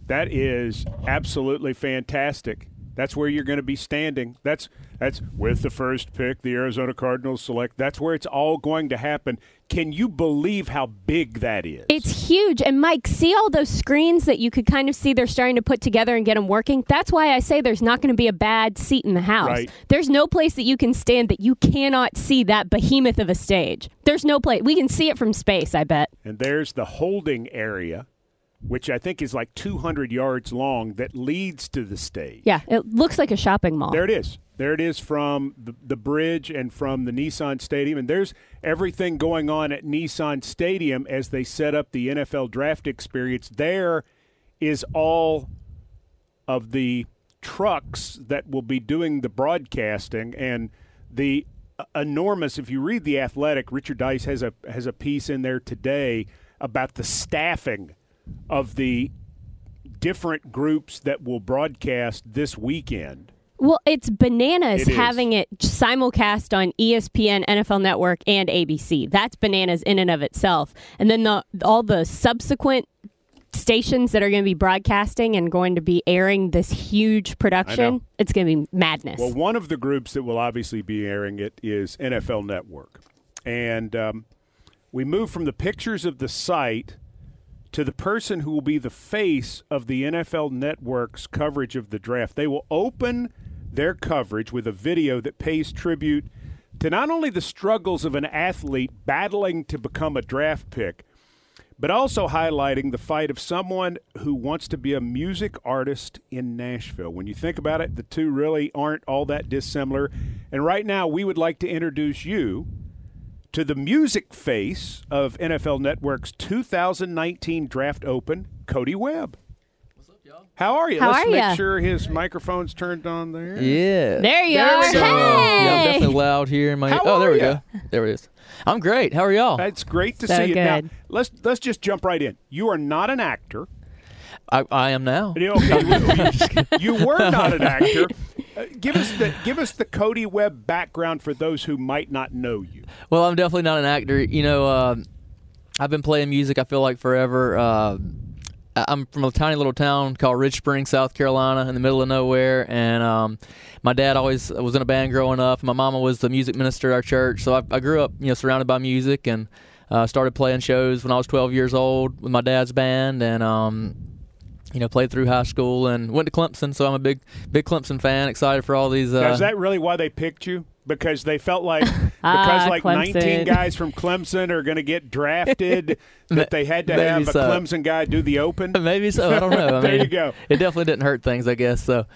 Speaker 1: That is absolutely fantastic. That's where you're going to be standing. That's that's with the first pick, the Arizona Cardinals select. That's where it's all going to happen. Can you believe how big that is?
Speaker 2: It's huge. And Mike, see all those screens that you could kind of see they're starting to put together and get them working? That's why I say there's not going to be a bad seat in the house.
Speaker 1: Right.
Speaker 2: There's no place that you can stand that you cannot see that behemoth of a stage. There's no place. We can see it from space, I bet.
Speaker 1: and there's the holding area, which I think is like 200 yards long that leads to the stage.
Speaker 2: Yeah, it looks like a shopping mall.
Speaker 1: There it is. There it is from the, the bridge and from the Nissan Stadium. And there's everything going on at Nissan Stadium as they set up the NFL draft experience. There is all of the trucks that will be doing the broadcasting and the enormous. If you read the Athletic, Richard Dice has a has a piece in there today about the staffing of the different groups that will broadcast this weekend.
Speaker 2: Well, it's bananas
Speaker 1: It is.
Speaker 2: having it simulcast on E ESPN, NFL Network, and ABC. That's bananas in and of itself. And then the all the subsequent stations that are going to be broadcasting and going to be airing this huge production, it's going to be madness.
Speaker 1: Well, one of the groups that will obviously be airing it is NFL Network. And um, we move from the pictures of the site to the person who will be the face of the NFL Network's coverage of the draft. They will open their coverage with a video that pays tribute to not only the struggles of an athlete battling to become a draft pick, but also highlighting the fight of someone who wants to be a music artist in Nashville. When you think about it, the two really aren't all that dissimilar. And right now, we would like to introduce you to the music face of NFL Network's 2019 Draft Open, Cody Webb. What's up, y'all? How are you?
Speaker 2: How
Speaker 1: Let's
Speaker 2: are
Speaker 1: make
Speaker 2: ya?
Speaker 1: sure his microphone's turned on there.
Speaker 4: Yeah.
Speaker 2: there you
Speaker 1: There
Speaker 2: are.
Speaker 1: we go.
Speaker 4: Yeah, I'm
Speaker 2: Hey!
Speaker 4: definitely loud here in my.
Speaker 1: How
Speaker 4: oh, there
Speaker 1: are
Speaker 4: we
Speaker 1: ya?
Speaker 4: go. There it is. I'm great. How are y'all?
Speaker 1: It's great to
Speaker 2: So
Speaker 1: see you. Now,
Speaker 2: good.
Speaker 1: let's let's just jump right in. You are not an actor.
Speaker 4: I, I am now.
Speaker 1: You know, okay, you, you were not an actor. Uh, give us the give us the Cody Webb background for those who might not know you.
Speaker 4: Well, I'm definitely not an actor. You know, um I've been playing music. I feel like forever. Uh, I- I'm from a tiny little town called Ridge Springs, South Carolina, in the middle of nowhere. And um, my dad always was in a band growing up. My mama was the music minister at our church, so I, I grew up, you know, surrounded by music and uh, started playing shows when I was 12 years old with my dad's band. And um, you know, played through high school and went to Clemson. So I'm a big, big Clemson fan. Excited for all these. Uh,
Speaker 1: Now, is that really why they picked you? Because they felt like because
Speaker 2: Ah,
Speaker 1: like
Speaker 2: Clemson.
Speaker 1: 19 guys from Clemson are going to get drafted that they had to
Speaker 4: Maybe
Speaker 1: have a
Speaker 4: so.
Speaker 1: Clemson guy do the open.
Speaker 4: Maybe so. I don't know. I
Speaker 1: There
Speaker 4: mean,
Speaker 1: you go.
Speaker 4: It definitely didn't hurt things, I guess. So,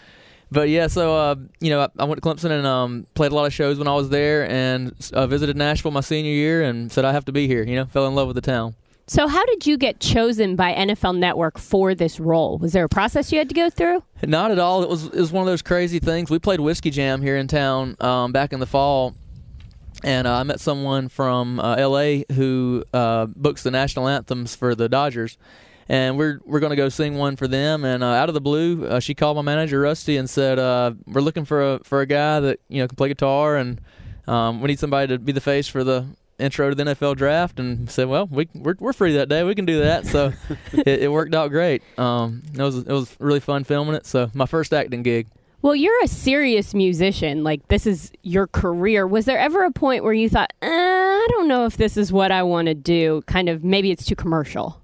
Speaker 4: but yeah. So uh, you know, I, I went to Clemson and um, played a lot of shows when I was there, and uh, visited Nashville my senior year, and said I have to be here. You know, fell in love with the town.
Speaker 2: So, how did you get chosen by NFL Network for this role? Was there a process you had to go through?
Speaker 4: Not at all. It was it was one of those crazy things. We played whiskey jam here in town um, back in the fall, and uh, I met someone from uh, L.A. who uh, books the national anthems for the Dodgers, and we're we're going to go sing one for them. And uh, out of the blue, uh, she called my manager Rusty and said, uh, "We're looking for a for a guy that you know can play guitar, and um, we need somebody to be the face for the." Intro to the NFL draft, and said, "Well, we we're, we're free that day. We can do that." So it, it worked out great. Um, it was it was really fun filming it. So my first acting gig.
Speaker 2: Well, you're a serious musician. Like, this is your career. Was there ever a point where you thought, uh, I don't know if this is what I want to do? Kind of, maybe it's too commercial.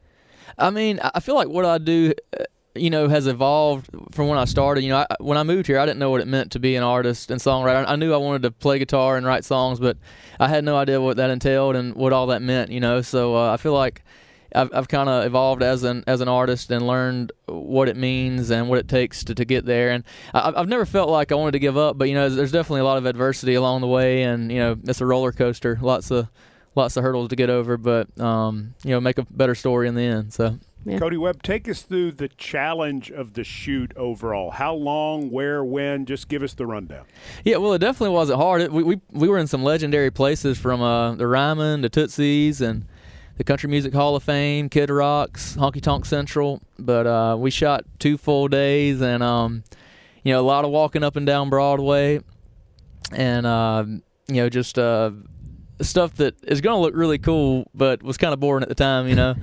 Speaker 4: I mean, I I feel like what I do, uh, you know, has evolved from when I started. You know, I, when I moved here, I didn't know what it meant to be an artist and songwriter. I knew I wanted to play guitar and write songs, but I had no idea what that entailed and what all that meant. You know, so uh, I feel like I've, I've kind of evolved as an as an artist and learned what it means and what it takes to, to get there. And I, I've- I've never felt like I wanted to give up, but you know, there's definitely a lot of adversity along the way, and you know, it's a roller coaster. Lots of lots of hurdles to get over, but um, you know, make a better story in the end. So.
Speaker 1: Cody Webb, take us through the challenge of the shoot overall. How long, where, when? Just give us the rundown.
Speaker 4: Yeah, well, it definitely wasn't hard. It, we, we we were in some legendary places from uh, the Ryman to Tootsie's and the Country Music Hall of Fame, Kid Rock's, Honky Tonk Central. But uh, we shot two full days and um, you know a lot of walking up and down Broadway, and uh, you know just uh, stuff that is going to look really cool, but was kind of boring at the time, you know.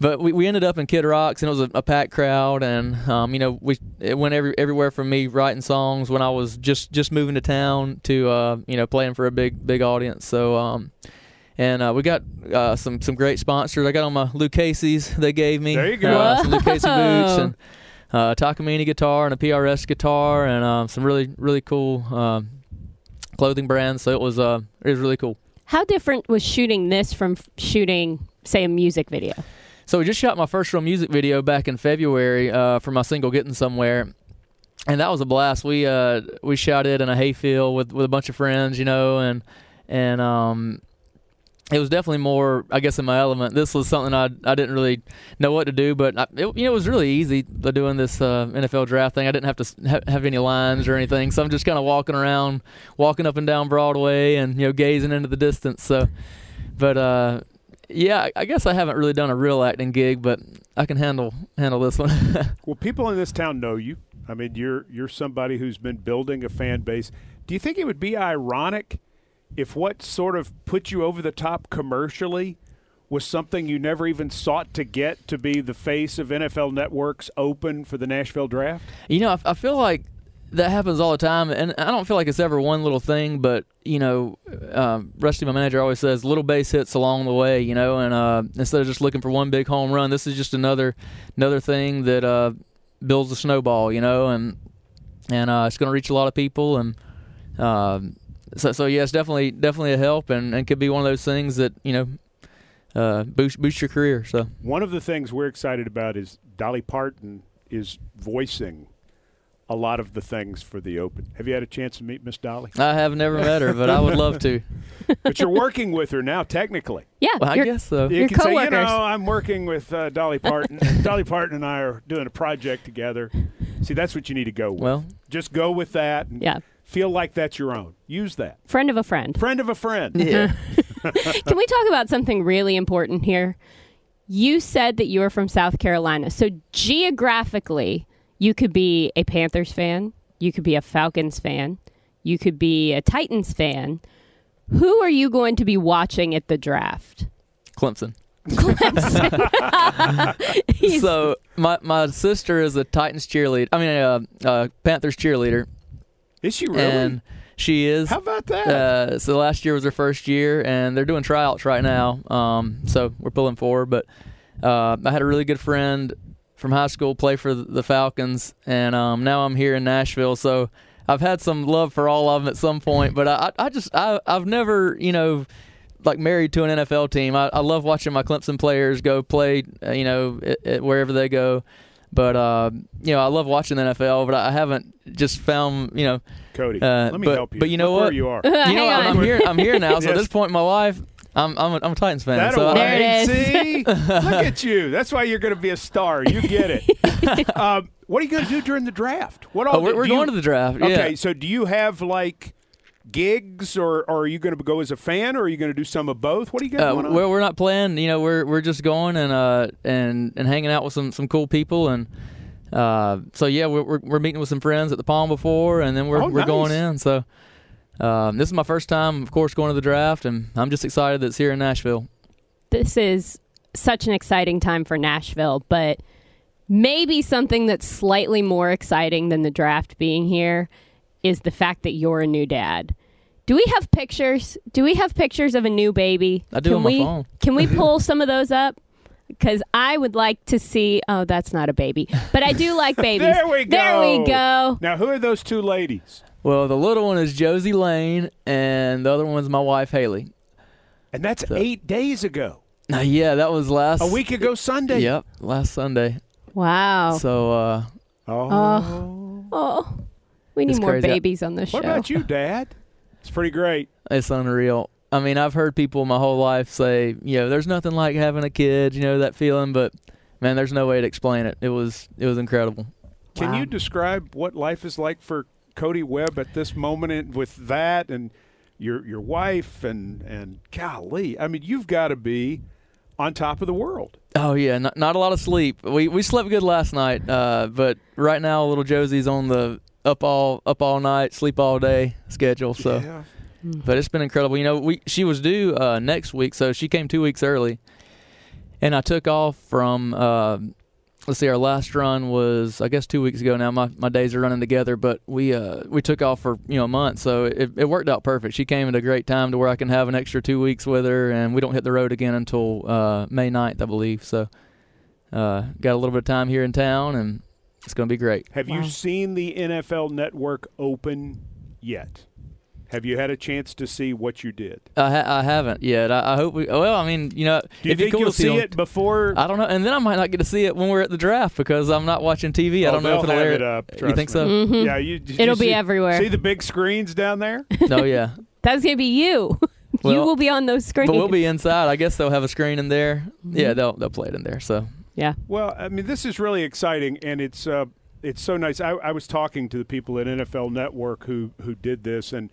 Speaker 4: but we, we ended up in Kid Rocks, and it was a, a packed crowd, and um, you know we it went every, everywhere from me writing songs when I was just just moving to town to uh, you know playing for a big big audience. So. Um, and uh, we got uh, some some great sponsors. I got on my Lucchese's they gave me.
Speaker 1: There you go.
Speaker 4: Uh, some Lucchese boots
Speaker 2: Whoa.
Speaker 4: and uh, Takamine guitar and a PRS guitar and um, some really really cool um, clothing brands. So it was uh, it was really cool.
Speaker 2: How different was shooting this from f- shooting, say, a music video?
Speaker 4: So we just shot my first real music video back in February uh, for my single "Getting Somewhere," and that was a blast. We uh, we shot it in a hayfield with with a bunch of friends, you know, and and um, it was definitely more, I guess, in my element. This was something I I didn't really know what to do, but I, it, you know, it was really easy the- doing this uh, NFL draft thing. I didn't have to s- ha- have any lines or anything, so I'm just kind of walking around, walking up and down Broadway, and you know, gazing into the distance. So, but uh, yeah, I- I guess I haven't really done a real acting gig, but I can handle handle this one.
Speaker 1: Well, people in this town know you. I mean, you're you're somebody who's been building a fan base. Do you think it would be ironic if what sort of put you over the top commercially was something you never even sought to get to be the face of NFL Network's open for the Nashville draft?
Speaker 4: You know, I, I feel like that happens all the time, and I don't feel like it's ever one little thing. But you know, um, Rusty, my manager, always says little base hits along the way. You know, and uh, instead of just looking for one big home run, this is just another another thing that uh, builds a snowball. You know, and and uh, it's going to reach a lot of people, and um, so so yeah, it's definitely definitely a help, and, and could be one of those things that you know uh, boost boost your career. So.
Speaker 1: One of the things we're excited about is Dolly Parton is voicing a lot of the things for the open. Have you had a chance to meet Miss Dolly?
Speaker 4: I have never met her, but I would love to.
Speaker 1: but you're working with her now, technically.
Speaker 2: Yeah,
Speaker 4: Well, I
Speaker 2: you're-
Speaker 4: guess so.
Speaker 1: You
Speaker 2: Your
Speaker 1: can say, you
Speaker 2: coworkers.
Speaker 1: know, I'm working with uh, Dolly Parton. Dolly Parton and I are doing a project together. See, that's what you need to go with.
Speaker 4: Well,
Speaker 1: Just go with that and
Speaker 2: yeah.
Speaker 1: feel like that's your own. Use that.
Speaker 2: Friend of a friend.
Speaker 1: Friend of a friend.
Speaker 4: yeah.
Speaker 2: Can we talk about something really important here? You said that you were from South Carolina. So geographically, you could be a Panthers fan, you could be a Falcons fan, you could be a Titans fan. Who are you going to be watching at the draft?
Speaker 4: Clemson.
Speaker 2: He's-
Speaker 4: so my my sister is a Titans cheerleader. I mean, uh, uh, Panthers cheerleader,
Speaker 1: Is she really?
Speaker 4: and she is.
Speaker 1: How about that?
Speaker 4: Uh, so last year was her first year, and they're doing tryouts right now. Um, so we're pulling for her. But uh, I had a really good friend from high school play for the Falcons, and um, now I'm here in Nashville. So I've had some love for all of them at some point, but I, I I just I, I've never you know like married to an NFL team. I, I love watching my Clemson players go play, uh, you know, it, it, wherever they go. But uh, you know, I love watching the NFL, but I haven't just found you know
Speaker 1: Cody,
Speaker 4: uh,
Speaker 1: let me
Speaker 4: but-
Speaker 1: help you.
Speaker 4: but you know
Speaker 1: Look Where
Speaker 4: what?
Speaker 1: you are.
Speaker 4: you know,
Speaker 2: Hang
Speaker 4: I'm, I'm
Speaker 2: on.
Speaker 4: here. I'm here now. So at
Speaker 1: Yes.
Speaker 4: this point, my wife, I'm I'm a, I'm a Titans fan.
Speaker 1: That
Speaker 4: so I-
Speaker 2: There it is.
Speaker 1: See? Look at you. That's why you're going to be a star. You get it. um, what are you going to do during the draft? What all
Speaker 4: oh, we're,
Speaker 1: do
Speaker 4: we're
Speaker 1: you-
Speaker 4: going to the draft. Yeah.
Speaker 1: Okay, so do you have like gigs, or, or are you going to go as a fan, or are you going to do some of both? What do you got
Speaker 4: Uh,
Speaker 1: going on?
Speaker 4: well, we're not playing. You know, we're we're just going and uh and and hanging out with some some cool people and. Uh, so yeah, we're, we're we're meeting with some friends at the Palm before, and then we're
Speaker 1: Oh,
Speaker 4: we're going
Speaker 1: nice.
Speaker 4: in. So um, this is my first time, of course, going to the draft, and I'm just excited that it's here in Nashville.
Speaker 2: this is such an exciting time for Nashville, but maybe something that's slightly more exciting than the draft being here is the fact that you're a new dad. Do we have pictures? Do we have pictures of a new baby?
Speaker 4: I do
Speaker 2: Can
Speaker 4: on my
Speaker 2: we,
Speaker 4: phone.
Speaker 2: Can we pull some of those up? Because I would like to see. Oh, that's not a baby, but I do like babies.
Speaker 1: There we go.
Speaker 2: There we go.
Speaker 1: Now, who are those two ladies?
Speaker 4: Well, the little one is Josie Lane, and the other one's my wife Haley.
Speaker 1: And that's eight days ago.
Speaker 4: Now, yeah, that was last
Speaker 1: A week ago Sunday.
Speaker 4: Yep, last Sunday.
Speaker 2: Wow.
Speaker 4: So uh,
Speaker 1: Oh.
Speaker 2: oh, we need
Speaker 4: It's
Speaker 2: more
Speaker 4: crazy.
Speaker 2: babies on this
Speaker 1: what
Speaker 2: show.
Speaker 1: about you, Dad? It's pretty great.
Speaker 4: uh, It's unreal. I mean, I've heard people my whole life say, you know, there's nothing like having a kid, you know, that feeling, but man, there's no way to explain it. It was it was incredible.
Speaker 1: Can
Speaker 2: Wow.
Speaker 1: you describe what life is like for Cody Webb at this moment in- with that and your your wife and and golly, I mean, you've got to be on top of the world.
Speaker 4: Oh yeah, not, not a lot of sleep. We we slept good last night, uh, but right now little Josie's on the up all up all night, sleep all day schedule. So,
Speaker 1: yeah.
Speaker 4: but it's been incredible. You know, we she was due uh, next week, so she came two weeks early, and I took off from. Uh, let's see, our last run was I guess two weeks ago. Now my, my days are running together, but we uh, we took off for you know a month, so it, it worked out perfect. She came at a great time to where I can have an extra two weeks with her, and we don't hit the road again until uh, May 9th, I believe. So uh, got a little bit of time here in town, and it's going to be great.
Speaker 1: Have
Speaker 2: Wow.
Speaker 1: you seen the NFL Network Open yet? Have you had a chance to see what you did?
Speaker 4: I, ha- I haven't yet. I, I hope we. Well, I mean, you know,
Speaker 1: Do you
Speaker 4: it'd be
Speaker 1: think
Speaker 4: cool
Speaker 1: you'll
Speaker 4: to see,
Speaker 1: see,
Speaker 4: them.
Speaker 1: it before?
Speaker 4: I don't know, and then I might not get to see it when we're at the draft because I'm not watching TV. I
Speaker 1: Oh,
Speaker 4: don't know if
Speaker 1: they'll
Speaker 4: it'll
Speaker 1: have
Speaker 4: air.
Speaker 1: it up,
Speaker 4: you
Speaker 1: trust
Speaker 4: think
Speaker 1: me.
Speaker 4: so?
Speaker 2: Mm-hmm.
Speaker 1: Yeah, you, did you
Speaker 2: It'll be
Speaker 1: see-
Speaker 2: everywhere.
Speaker 1: See the big screens down there?
Speaker 4: no, yeah.
Speaker 2: That's gonna be you. you
Speaker 4: Well,
Speaker 2: will be on those screens.
Speaker 4: But we'll be inside. I guess they'll have a screen in there.
Speaker 1: Mm-hmm.
Speaker 4: Yeah, they'll they'll play it in there. So
Speaker 2: yeah.
Speaker 1: Well, I mean, this is really exciting, and it's uh, it's so nice. I, I was talking to the people at NFL Network who who did this, and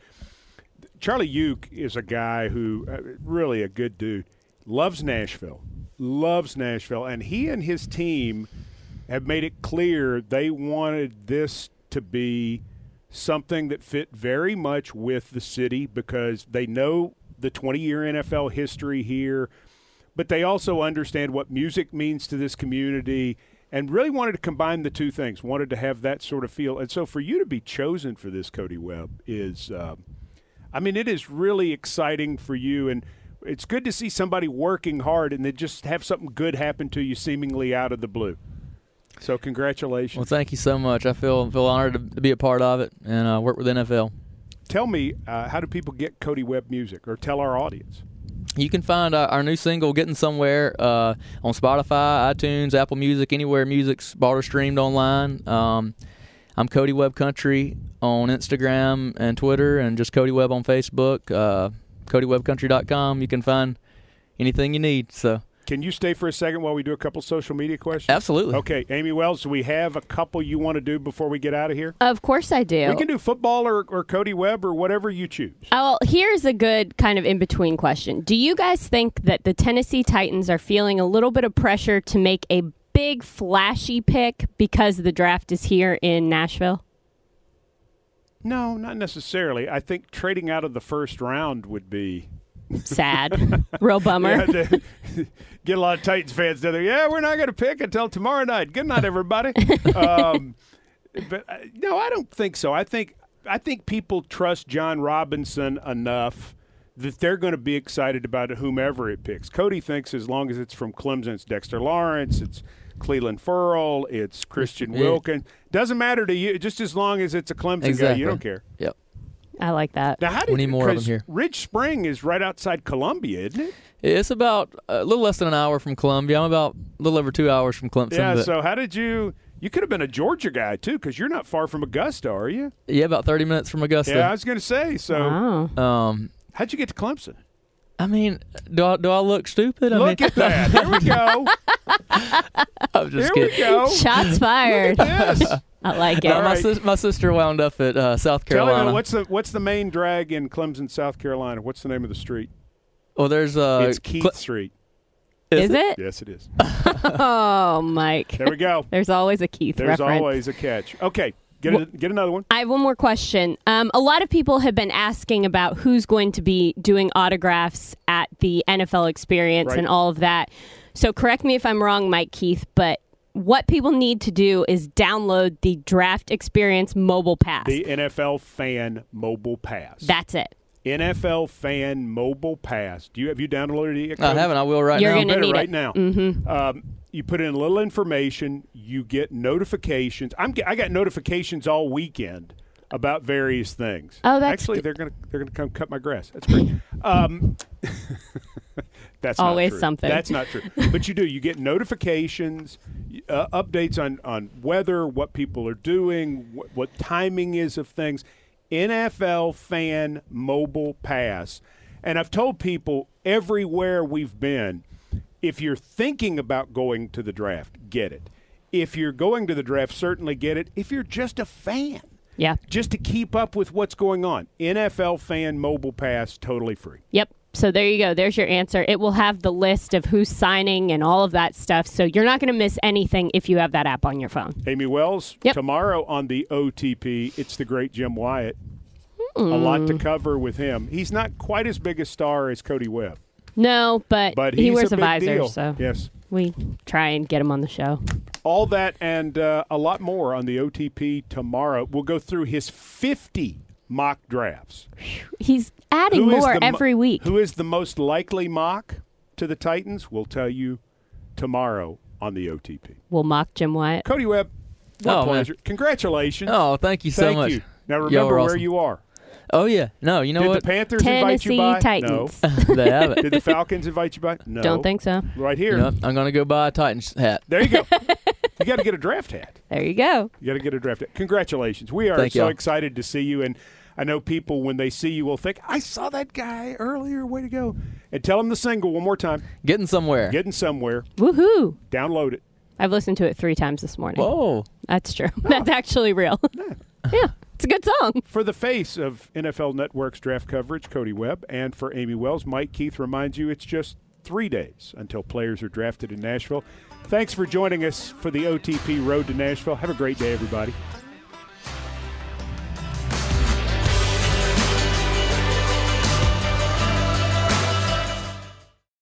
Speaker 1: Charlie Uke is a guy who uh, really a good dude, loves Nashville, loves Nashville, and he and his team have made it clear they wanted this to be something that fit very much with the city because they know the 20 year NFL history here, but they also understand what music means to this community and really wanted to combine the two things, wanted to have that sort of feel. And so for you to be chosen for this, Cody Webb, is. Um, I mean, it is really exciting for you, and it's good to see somebody working hard and then just have something good happen to you seemingly out of the blue. So, congratulations.
Speaker 4: well, thank you so much. I feel feel honored to, to be a part of it and uh, work with NFL.
Speaker 1: Tell me, uh, how do people get Cody Webb music or tell our audience?
Speaker 4: You can find uh, our new single "Getting Somewhere" uh, on Spotify, iTunes, Apple Music, anywhere music's bought or streamed online. Um, I'm Cody Webb Country on Instagram and Twitter, and just Cody Webb on Facebook. Uh, CodyWebbCountry.com. You can find anything you need. So
Speaker 1: Can you stay for a second while we do a couple social media questions?
Speaker 4: absolutely,
Speaker 1: Okay, Amy Wells, do we have a couple you want to do before we get out of here?
Speaker 2: Of course I do.
Speaker 1: We can do football or, or Cody Webb or whatever you choose.
Speaker 2: Oh, well, here's a good kind of in between question. Do you guys think that the Tennessee Titans are feeling a little bit of pressure to make a big flashy pick because the draft is here in Nashville?
Speaker 1: No, not necessarily. I think trading out of the first round would be
Speaker 2: Sad. Real bummer.
Speaker 1: Yeah, the- get a lot of Titans fans down there. Yeah, we're not going to pick until tomorrow night. Good night, everybody. um, but uh, no, I don't think so. I think I think people trust John Robinson enough that they're going to be excited about whomever it picks. Cody thinks as long as it's from Clemson, it's Dexter Lawrence, it's Cleveland Furl, it's Christian
Speaker 4: Yeah.
Speaker 1: Wilkins. Doesn't matter to you, just as long as it's a Clemson guy,
Speaker 4: Exactly.
Speaker 1: you don't care.
Speaker 4: Yep.
Speaker 2: I like that.
Speaker 1: Now, how did
Speaker 4: We need more of
Speaker 1: 'cause
Speaker 4: them here.
Speaker 1: Ridge Spring is right outside Columbia, isn't it?
Speaker 4: It's about a little less than an hour from Columbia. I'm about a little over two hours from Clemson.
Speaker 1: Yeah.
Speaker 4: but-
Speaker 1: So how did you? You could have been a Georgia guy too, because you're not far from Augusta, are you?
Speaker 4: yeah, about 30 minutes from Augusta.
Speaker 1: yeah, I was going to say. So
Speaker 2: Wow.
Speaker 4: Um,
Speaker 1: how'd you get to Clemson?
Speaker 4: I mean, do I, do I look stupid? I
Speaker 1: Look
Speaker 4: mean,
Speaker 1: at that. Here we go. Here
Speaker 4: I'm just
Speaker 1: we
Speaker 4: kidding.
Speaker 1: go.
Speaker 2: Shots fired.
Speaker 1: Yes.
Speaker 2: I like
Speaker 4: No,
Speaker 2: it.
Speaker 4: my,
Speaker 1: right.
Speaker 4: sis- my sister wound up at uh, South
Speaker 1: Tell
Speaker 4: Carolina.
Speaker 1: me, what's the what's the main drag in Clemson, South Carolina? What's the name of the street?
Speaker 4: well, there's uh,
Speaker 1: it's Keith
Speaker 4: Cle-
Speaker 1: Street.
Speaker 2: Is it?
Speaker 1: Yes, it is.
Speaker 2: Oh, Mike.
Speaker 1: There we go.
Speaker 2: There's always a Keith
Speaker 1: There's
Speaker 2: reference.
Speaker 1: always a catch. Okay, get a, get another one.
Speaker 2: I have one more question. Um, a lot of people have been asking about who's going to be doing autographs at the NFL experience
Speaker 1: Right.
Speaker 2: and all of that. So correct me if I'm wrong, Mike Keith, but what people need to do is download the Draft Experience mobile pass.
Speaker 1: The NFL Fan Mobile Pass.
Speaker 2: That's it.
Speaker 1: NFL Fan Mobile Pass. Do you have you downloaded it? yet,
Speaker 4: I
Speaker 1: Cody?
Speaker 4: haven't. I will right
Speaker 2: You're
Speaker 4: now.
Speaker 2: gonna-
Speaker 1: better
Speaker 2: need
Speaker 1: right
Speaker 2: it. Mm-hmm.
Speaker 1: now. Um, you put in a little information, you get notifications. I'm ge- I got notifications all weekend about various things.
Speaker 2: Oh, that's
Speaker 1: actually
Speaker 2: good.
Speaker 1: they're gonna they're gonna come cut my grass. That's great. um, that's not
Speaker 2: Always
Speaker 1: true.
Speaker 2: something.
Speaker 1: That's not true. But you do. You get notifications, y- uh, updates on on weather, what people are doing, what, what timing is of things. NFL fan mobile pass, and I've told people everywhere we've been, if you're thinking about going to the draft, get it. If you're going to the draft, certainly get it. If you're just a fan,
Speaker 2: Yeah.
Speaker 1: just to keep up with what's going on, NFL fan mobile pass, totally free.
Speaker 2: Yep. So there you go. There's your answer. It will have the list of who's signing and all of that stuff. So you're not going to miss anything if you have that app on your phone.
Speaker 1: Amy Wells,
Speaker 2: Yep.
Speaker 1: tomorrow on the OTP, it's the great Jim Wyatt. A
Speaker 2: Hmm.
Speaker 1: lot to cover with him. He's not quite as big a star as Cody Webb,
Speaker 2: No, but,
Speaker 1: but
Speaker 2: he
Speaker 1: he's
Speaker 2: wears a,
Speaker 1: a big
Speaker 2: visor,
Speaker 1: deal.
Speaker 2: so
Speaker 1: Yes.
Speaker 2: we try and get him on the show.
Speaker 1: All that and uh, a lot more on the OTP tomorrow. We'll go through his 50 mock drafts.
Speaker 2: He's adding
Speaker 1: Who is
Speaker 2: more
Speaker 1: the mo-
Speaker 2: every week.
Speaker 1: Who is the most likely mock to the Titans? We'll tell you tomorrow on the OTP.
Speaker 2: we'll mock Jim Wyatt.
Speaker 1: Cody Webb, what
Speaker 4: Oh,
Speaker 1: a
Speaker 4: man.
Speaker 1: pleasure. Congratulations.
Speaker 4: Oh, thank you so
Speaker 1: Thank
Speaker 4: much.
Speaker 1: you. Now
Speaker 4: Y'all
Speaker 1: remember
Speaker 4: were
Speaker 1: where
Speaker 4: awesome.
Speaker 1: you are.
Speaker 4: Oh yeah. No, you know
Speaker 1: Did
Speaker 4: what?
Speaker 1: the Panthers
Speaker 2: Tennessee
Speaker 1: invite you by?
Speaker 2: Titans.
Speaker 1: No.
Speaker 4: they have it.
Speaker 1: Did the Falcons invite you by? No.
Speaker 2: Don't think so.
Speaker 1: Right here.
Speaker 4: You know, I'm gonna go buy a Titans hat.
Speaker 1: There you go. you got to get a draft hat.
Speaker 2: There you go.
Speaker 1: You got to get a draft hat. Congratulations. We are
Speaker 4: Thank
Speaker 1: so
Speaker 4: y'all.
Speaker 1: excited to see you. And I know people when they see you will think, "I saw that guy earlier. Way to go!" And tell them the single one more time.
Speaker 4: Getting somewhere.
Speaker 1: Getting somewhere.
Speaker 2: Woohoo!
Speaker 1: Download it.
Speaker 2: I've listened to it three times this morning.
Speaker 4: Whoa.
Speaker 2: That's true. That's actually real. yeah, it's a good song.
Speaker 1: For the face of NFL Network's draft coverage, Cody Webb, and for Amy Wells, Mike Keith reminds you it's just three days until players are drafted in Nashville. Thanks for joining us for the OTP Road to Nashville. Have a great day, everybody.